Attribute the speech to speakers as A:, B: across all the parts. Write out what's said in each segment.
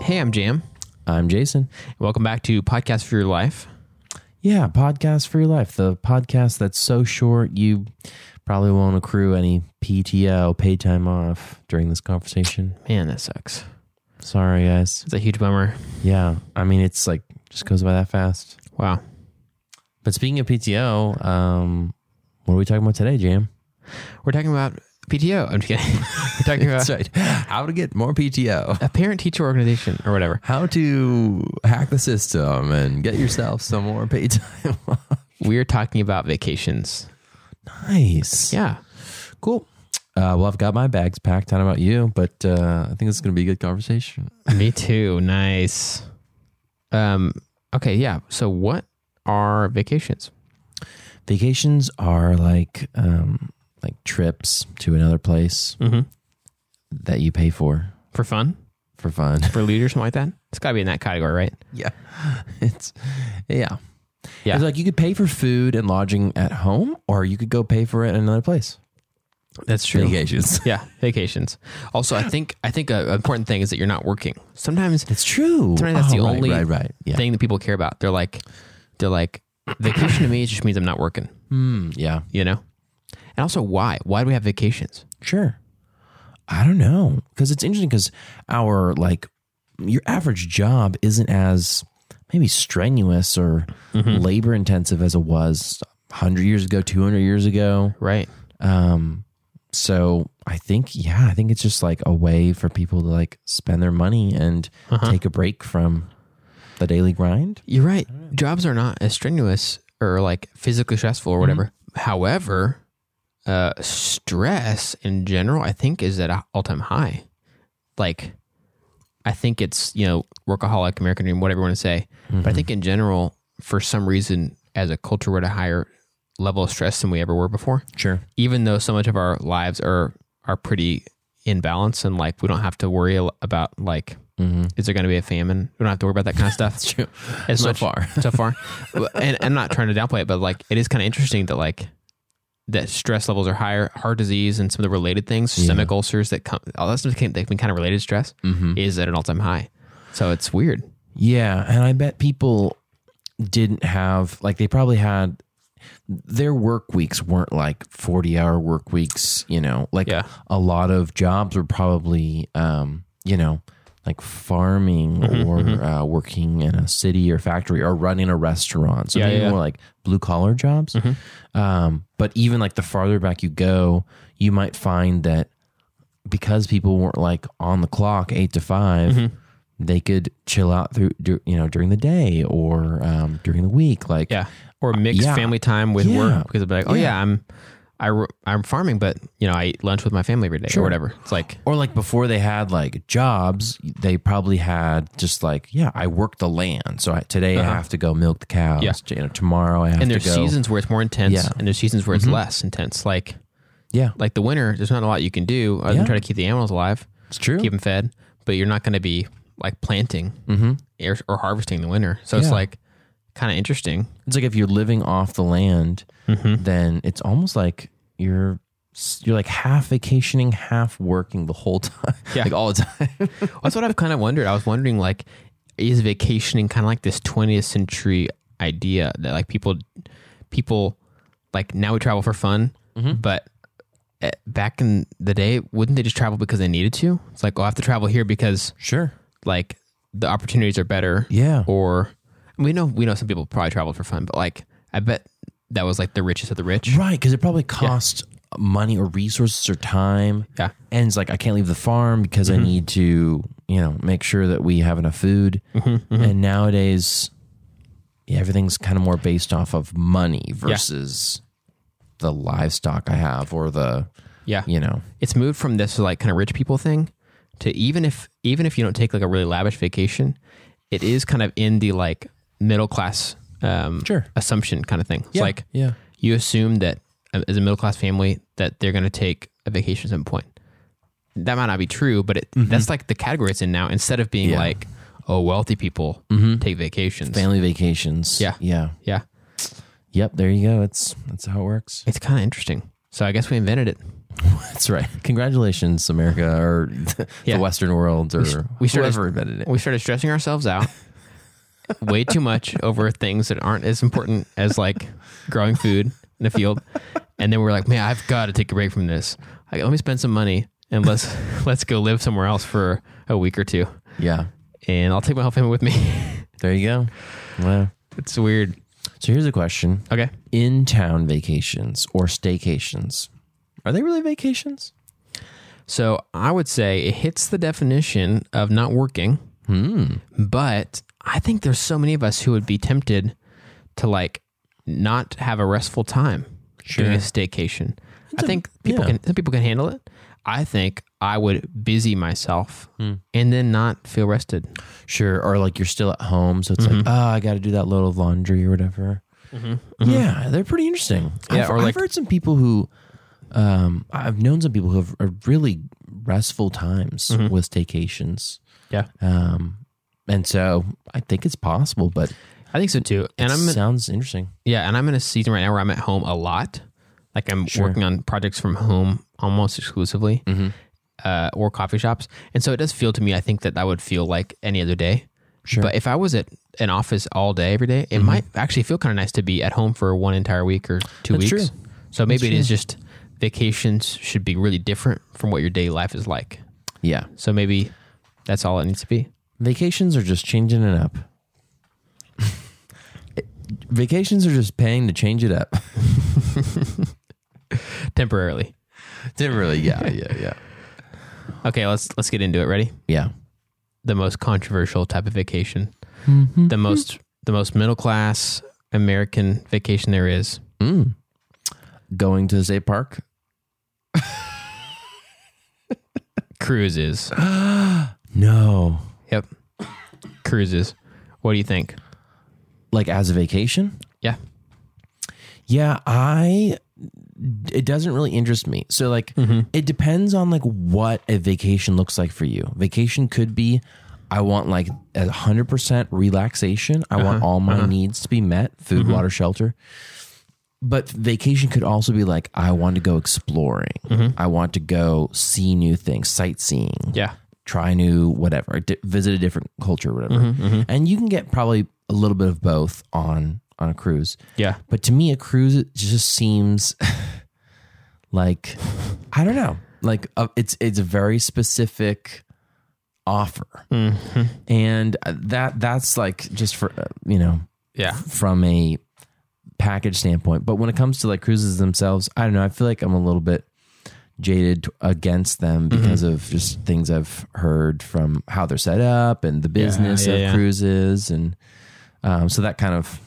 A: Hey, I'm Jam.
B: I'm Jason.
A: Welcome back to Podcast for Your Life.
B: Yeah, podcast for your life. The podcast that's so short you probably won't accrue any PTO, pay time off during this conversation.
A: Man, that sucks.
B: Sorry, guys.
A: It's a huge bummer.
B: Yeah, I mean it's like just goes by that fast.
A: Wow.
B: But speaking of PTO, um, what are we talking about today, Jam?
A: We're talking about PTO. I'm just kidding. We're talking about
C: That's right. How to get more PTO.
A: a parent teacher organization or whatever.
C: How to hack the system and get yourself some more paid time.
A: We're talking about vacations.
B: Nice.
A: Yeah.
B: cool.
C: Uh, well, I've got my bags packed. I don't know about you, but uh, I think this is going to be a good conversation.
A: Me too. Nice. Um. Okay. Yeah. So, what are vacations?
B: Vacations are like um, like trips to another place
A: Mm-hmm.
B: that you pay for
A: For fun?
B: for fun.
A: For leisure? Something like that? It's got to be in that category, right?
C: Yeah. It's, yeah.
A: Yeah.
B: It's like you could pay for food and lodging at home, or you could go pay for it in another place.
A: That's
C: Vacations.
A: Yeah, vacations. Also, I think I think an important thing is that you're not working. Sometimes
B: That's true. Oh,
A: Sometimes that's the
B: right,
A: only
B: right, right. Yeah,
A: thing that people care about. They're like, they're like, vacation to me just means I'm not working,
B: Hmm, yeah,
A: you know? And also, why? Why do we have vacations?
B: sure. I don't know because it's interesting because our like your average job isn't as maybe strenuous or labor intensive as it was hundred years ago, two hundred years ago.
A: Right.
B: Um, so I think yeah, I think it's just like a way for people to like spend their money and take a break from the daily grind.
A: You're right. Jobs are not as strenuous or like physically stressful or whatever. However, uh, stress in general, I think, is at an all time high. Like, I think it's, you know, workaholic, American dream, whatever you want to say. But I think in general, for some reason, as a culture, we're at a higher level of stress than we ever were before.
B: Sure.
A: even though so much of our lives are are pretty in balance and like we don't have to worry a- about like is there going to be a famine we don't have to worry about that kind of stuff
B: Mm-hmm. True.
A: as
B: So
A: much
B: far.
A: so far But- and i'm not trying to downplay it but like it is kind of interesting that like that stress levels are higher heart disease and some of the related things stomach ulcers that come all that stuff can, that can kind of related to stress
B: Mm-hmm.
A: is at an all-time high so it's weird
B: Yeah, and I bet people didn't have like they probably had their work weeks weren't like 40 hour work weeks, you know. Like
A: Yeah.
B: a lot of jobs were probably um, you know, like farming
A: Mm-hmm,
B: or Uh, working in a city or factory or running a restaurant. So
A: Yeah,
B: maybe
A: yeah, Mm-hmm. yeah.
B: more like blue collar jobs. Um, but even like the farther back you go, you might find that because people weren't like on the clock eight to 5
A: Mm-hmm.
B: they could chill out through du- you know during the day or um, during the week. Like
A: Yeah. Or mixed
B: yeah.
A: family time with
B: Yeah.
A: work because it'd be like, oh yeah,
B: Yeah.
A: I'm I, ro- I'm farming, but you know I eat lunch with my family every day or whatever. It's like
B: or like before they had like jobs, they probably had just like yeah, I work the land, so I, today I have to go milk the cows.
A: Uh-huh. Yeah.
B: You know, tomorrow I have
A: and
B: to
A: there's
B: go.
A: seasons where it's more intense
B: Yeah. Mm-hmm.
A: and there's seasons where it's less intense. Like
B: Yeah,
A: like the winter, there's not a lot you can do other
B: Yeah.
A: than try to keep the animals alive,
B: it's true.
A: keep them fed, but you're not going to be like planting
B: Mm-hmm.
A: or, or harvesting in the winter. So it's
B: Yeah.
A: like kind of interesting.
B: it's like if you're living off the land,
A: Mm-hmm.
B: then it's almost like you're you're like half vacationing, half working the whole time.
A: Yeah.
B: like all the time.
A: That's what I've kind of wondered. I was wondering, like, is vacationing kind of like this 20th century idea that like people, people, like now we travel for fun, but eh, back in the day, wouldn't they just travel because they needed to? It's like, oh, I have to travel here because
B: sure.
A: like the opportunities are better.
B: Yeah.
A: Or we know we know some people probably traveled for fun, but like I bet that was like the richest of the rich.
B: Right, because it probably costs money or resources or time.
A: Yeah.
B: And it's like, I can't leave the farm because
A: Mm-hmm.
B: I need to, you know, make sure that we have enough food.
A: Mm-hmm,
B: And nowadays, yeah, everything's kind of more based off of money versus the livestock I have or the,
A: Yeah.
B: you know,
A: it's moved from this like kind of rich people thing to even if even if you don't take like a really lavish vacation, it is kind of in the like middle class um,
B: Sure.
A: assumption kind of thing. It's like
B: yeah.
A: you assume that uh, as a middle class family that they're going to take a vacation at some point. That might not be true, but it, that's like the category it's in now. Instead of being
B: Mm-hmm. Yeah. Mm-hmm.
A: like, oh, wealthy people take vacations.
B: family vacations.
A: Yeah.
B: Yeah.
A: Yeah,
B: Yep. There you go. It's, that's how it works.
A: it's kind of interesting. So I guess we invented it.
B: That's right. Congratulations, America, or the
A: Yeah.
B: Western world, or
A: we started-
B: whoever invented it.
A: We started stressing ourselves out way too much over things that aren't as important as like growing food in a field. And then we are like, man, I've got to take a break from this. Like, let me spend some money and let's let's go live somewhere else for a week or two.
B: Yeah,
A: And I'll take my whole family with me.
B: there you go. Wow.
A: it's weird.
B: So here's a question:
A: Okay.
B: In town vacations or staycations, are they really vacations?
A: So I would say it hits the definition of not working.
B: Hmm.
A: But I think there's so many of us who would be tempted to like not have a restful time during a staycation. I think people
B: yeah.
A: can some people can handle it. I think I would busy myself and then not feel rested.
B: Sure. Or like you're still at home, so it's
A: Mm-hmm.
B: like, oh, I got to do that load of laundry or whatever. Yeah, they're pretty interesting.
A: Mm-hmm. Yeah,
B: I've,
A: or like-
B: I've heard some people who, um, I've known some people who have uh, really restful times with staycations.
A: Mm-hmm. Yeah.
B: Um, and so I think it's possible, but
A: I think so too. And
B: it
A: I'm
B: sounds interesting.
A: yeah, and I'm in a season right now where I'm at home a lot. Like I'm working on projects from home almost exclusively,
B: Mm-hmm.
A: uh, or coffee shops, and so it does feel to me. I think that I would feel like any other day. Sure. But if I was at an office all day every day, it
B: Mm-hmm.
A: might actually feel kind of nice to be at home for one entire week or two
B: That's
A: weeks.
B: true.
A: So maybe it is just vacations should be really different from what your daily life is like.
B: Yeah.
A: So maybe that's all it needs to be.
B: Vacations are just changing it up. Vacations are just paying to change it up.
A: Temporarily.
B: Temporarily, yeah, yeah, yeah.
A: Okay, let's let's get into it. Ready?
B: Yeah.
A: the most controversial type of vacation, the most the most middle class American vacation there is.
B: Mm. Going to the state park?
A: Cruises.
B: No.
A: Yep, cruises. What do you think?
B: Like as a vacation?
A: Yeah,
B: Yeah, I it doesn't really interest me. So like it depends on like what a vacation looks like for you. Vacation could be I want like a 100% relaxation. I want all my needs to be met, food, water, shelter. But vacation could also be like I want to go exploring. I want to go see new things, sightseeing.
A: yeah,
B: try new whatever, di- visit a different culture, whatever. And you can get probably a little bit of both on on a cruise.
A: yeah.
B: But to me, a cruise just seems like I don't know, like uh, it's it's a very specific offer, and uh, that that's like just for uh, you know
A: Yeah.
B: from a package standpoint. But when it comes to like cruises themselves, I don't know. I feel like I'm a little bit jaded against them
A: Mm-hmm.
B: because of just things I've heard from how they're set up and the business
A: yeah,
B: of
A: yeah.
B: cruises, and um, so that kind of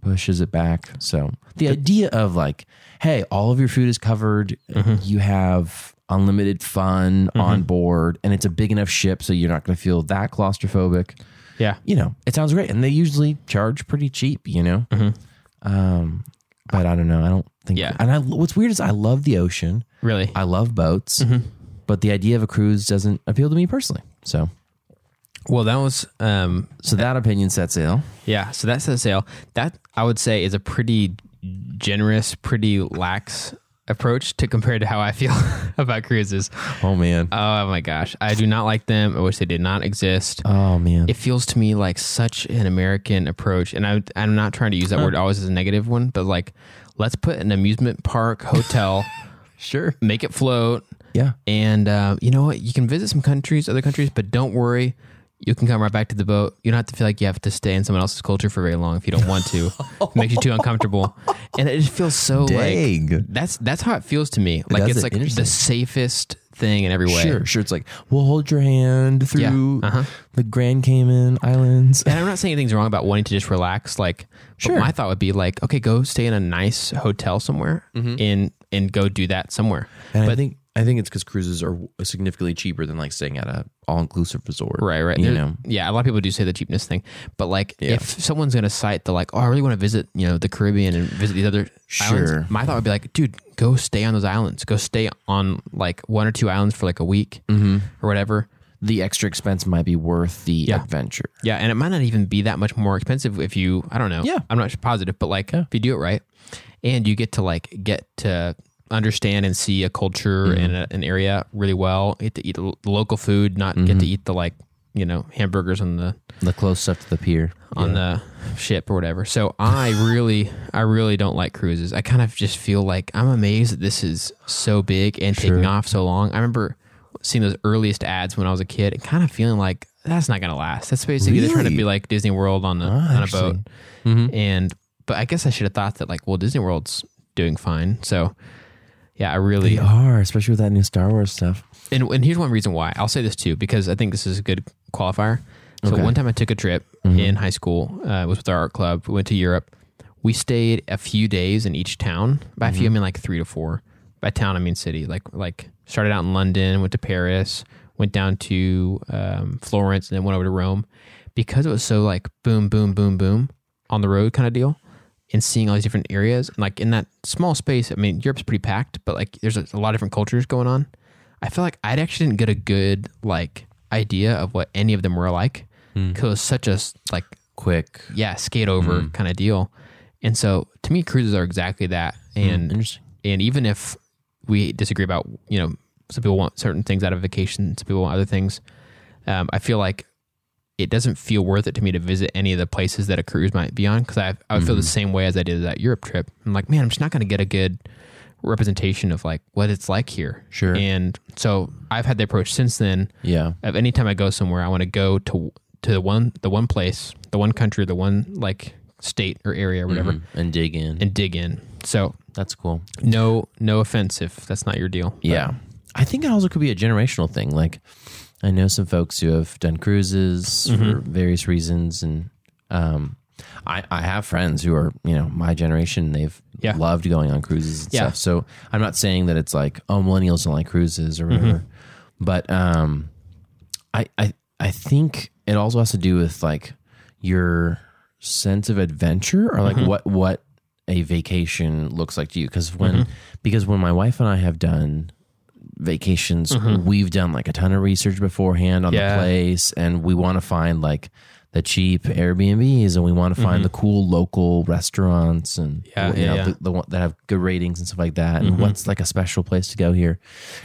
B: pushes it back. So the idea of like, hey, all of your food is covered,
A: Mm-hmm.
B: you have unlimited fun on board, and it's a big enough ship, so you're not going to feel that claustrophobic
A: Yeah.
B: you know, it sounds great, and they usually charge pretty cheap, you know. Um, but I don't know. I don't think.
A: Mm-hmm. Yeah.
B: And I, what's weird is I love the ocean.
A: Really?
B: I love boats,
A: Mm-hmm.
B: but the idea of a cruise doesn't appeal to me personally. So,
A: well, that was um
B: so that opinion sets sail.
A: yeah, so that's the sale. That I would say is a pretty generous, pretty lax approach to compare to how I feel about cruises.
B: Oh man.
A: Oh my gosh. I do not like them. I wish they did not exist.
B: oh man.
A: it feels to me like such an American approach. And I, I'm not trying to use that word always as a negative one, but like, let's put an amusement park hotel,
B: sure.
A: make it float.
B: Yeah.
A: And uh, you know what? You can visit some countries, other countries, but don't worry. You can come right back to the boat. You don't have to feel like you have to stay in someone else's culture for very long if you don't want to. it makes you too uncomfortable. And it just feels so
B: Dang.
A: like that's that's how it feels to me. Like
B: does
A: it's
B: it.
A: like
B: Interesting.
A: the safest thing in every way.
B: Sure. Sure. It's like we'll hold your hand through
A: uh-huh.
B: the Grand Cayman Islands.
A: And I'm not saying anything's wrong about wanting to just relax. Like, but my thought would be like, okay, go stay in a nice hotel somewhere and and go do that somewhere.
B: And
A: But-
B: I think I think it's because cruises are significantly cheaper than like staying at a all inclusive resort.
A: Right, right.
B: You
A: There-
B: know.
A: yeah, a lot of people do say the cheapness thing, but like, if someone's gonna cite the like, oh, I really want to visit, you know, the Caribbean and visit these other
B: Sure.
A: islands, my thought would be like, dude, go stay on those islands, go stay on like one or two islands for like a week or whatever.
B: the extra expense might be worth the
A: Yeah.
B: adventure.
A: Yeah, and it might not even be that much more expensive if you, I don't know.
B: Yeah.
A: I'm not positive, but like if you do it right and you get to like get to understand and see a culture
B: Mm-hmm.
A: and a, an area really well. Get to eat the local food, not get
B: Mm-hmm.
A: to eat the like you know hamburgers on the
B: the close stuff to the pier.
A: on the ship or whatever. So I really, I really don't like cruises. I kind of just feel like I'm amazed that this is so big and taking off so long. I remember seeing those earliest ads when I was a kid and kind of feeling like that's not going to last. That's basically they're trying to be
B: Really?
A: like Disney World on a
B: Ah,
A: on a boat.
B: interesting. Mm-hmm.
A: And but I guess I should have thought that like, well, Disney World's doing fine. So yeah, I really
B: They are, especially with that new Star Wars stuff.
A: and, and here's one reason why I'll say this too because I think this is a good qualifier. So
B: Okay.
A: one time I took a trip in high school. Uh, it was with our art club. We went to Europe. We stayed a few days in each town. By a few, I mean like three to four. By town, I mean city. Like like started out in London, went to Paris, went down to um, Florence, and then went over to Rome. Because it was so like boom, boom, boom, boom on the road kind of deal, and seeing all these different areas, and like in that small space. I mean, Europe's pretty packed, but like there's a, a lot of different cultures going on. I feel like I actually didn't get a good like idea of what any of them were like because it was such a s- like
B: Quick.
A: yeah skate over kind of deal, and so to me cruises are exactly that.
B: Hmm.
A: And
B: Interesting.
A: and even if we disagree about you know some people want certain things out of vacation, some people want other things, um, I feel like it doesn't feel worth it to me to visit any of the places that a cruise might be on because I I would feel the same way as I did that Europe trip. I'm like, man, I'm just not going to get a good representation of like what it's like here.
B: Sure.
A: And so I've had the approach since then
B: Yeah.
A: of anytime I go somewhere, I want to go to to the one the one place, the one country, the one like state or area or whatever,
B: Mhm. And dig in.
A: and dig in. So
B: That's cool.
A: no no offense if that's not your deal. but-
B: Yeah. I think it also could be a generational thing. Like, I know some folks who have done cruises for various reasons. And um, I, I have friends who are, you know, my generation. They've
A: Yeah.
B: loved going on cruises and
A: Yeah.
B: stuff. So I'm not saying that it's like, oh, millennials don't like cruises or whatever. But um, I, I, I think it also has to do with like your sense of adventure or
A: Mm-hmm.
B: like what, what, a vacation looks like to you because when
A: Mm-hmm.
B: because when my wife and I have done vacations we've done like a ton of research beforehand on
A: Mm-hmm. Yeah.
B: the place and we want to find like the cheap airbnbs and we want to find the cool local restaurants and
A: Mm-hmm. Yeah,
B: you
A: yeah,
B: know
A: yeah.
B: The, the one that have good ratings and stuff like that and what's like a special place to go here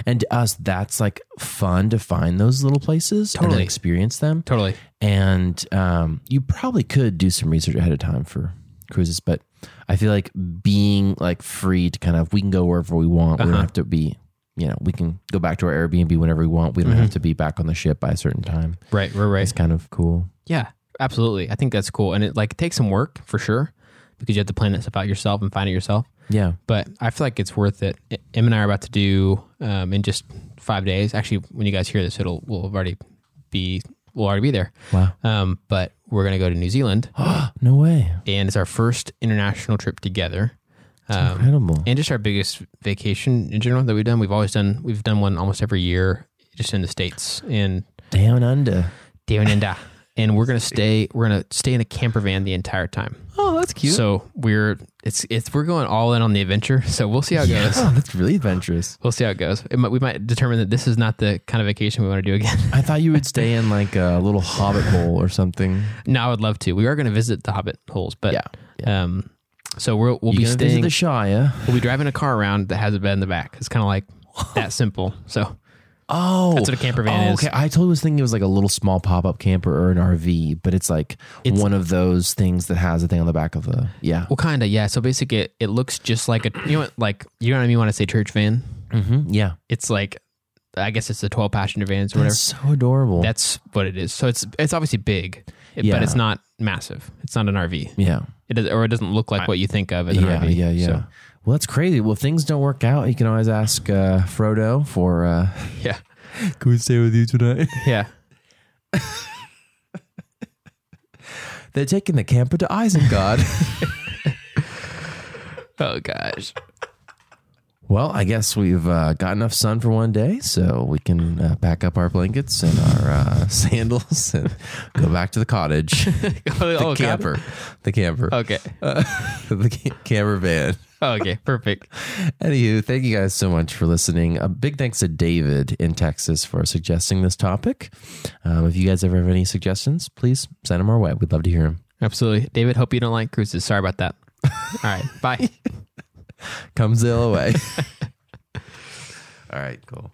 B: and to us that's like fun to find those little places and
A: Totally.
B: then experience them
A: totally.
B: and um, you probably could do some research ahead of time for cruises but i feel like being like free to kind of we can go wherever we want we don't have to be you know we can go back to our airbnb whenever we want we don't have to be back on the ship by a certain time
A: Right, right, right.
B: it's kind of cool
A: Yeah, absolutely. I think that's cool, and it like takes some work for sure because you have to plan that stuff out yourself and find it yourself.
B: yeah
A: But I feel like it's worth it. I- Em and I are about to do um, in just five days. Actually, when you guys hear this, it'll we'll have already be we'll already be there.
B: wow
A: Um, but we're gonna go to New Zealand,
B: no way
A: and it's our first international trip together. Um,
B: incredible
A: and just our biggest vacation in general that we've done. We've always done we've done one almost every year, just in the states and
B: down under
A: down in da. And we're gonna stay. We're gonna stay in a camper van the entire time.
B: oh that's cute
A: So we're it's it's we're going all in on the adventure. So we'll see how it goes.
B: oh, that's really adventurous
A: We'll see how it goes. It might, we might determine that this is not the kind of vacation we want to do again.
B: i thought you would stay in like a little
C: Hobbit hole or something.
A: no, I would love to. We are going to visit the Hobbit holes, but
B: Yeah,
A: um, so we'll we'll
B: you
A: be
B: gonna visit
A: staying.
B: the shire
A: we'll be driving a car around that has a bed in the back. It's kind of like that simple. So
B: Oh,
A: That's what a camper van
B: oh,
A: is.
B: Okay, I totally was thinking it was like a little small pop up camper or an RV, but it's like
A: It's-
B: one of those things that has a thing on the back of the yeah.
A: Well, kind of, yeah. So basically, it, it looks just like a you know what, like you know what I mean when I say church van.
B: Mm-hmm, yeah,
A: It's like I guess it's the twelve passenger vans or whatever.
B: that's
A: That's,
B: so adorable.
A: what it is. So it's it's obviously big, it-
B: Yeah.
A: but it's not massive. It's not an RV.
B: yeah,
A: It does, or it doesn't look like what you think of as an
B: yeah,
A: RV.
B: yeah, yeah.
A: So,
B: Well, that's crazy. Well, if things don't work out, you can always ask uh, Frodo for. Uh,
A: yeah,
C: Can we stay with you tonight?
A: yeah.
B: They're taking the camper to Isengard.
A: Oh gosh.
B: well, I guess we've uh, got enough sun for one day, so we can uh, pack up our blankets and our uh, sandals and go back to the cottage, the
A: oh, God. Uh,
B: camper, the camper,
A: Okay.
B: the ca- camper van.
A: Okay. Perfect.
B: Anywho, thank you guys so much for listening. A big thanks to David in Texas for suggesting this topic. Um, if you guys ever have any suggestions, please send them our way. We'd love to hear them.
A: Absolutely, David. Hope you don't like cruises. Sorry about that. All right. Bye.
B: Come sail away. All right, cool.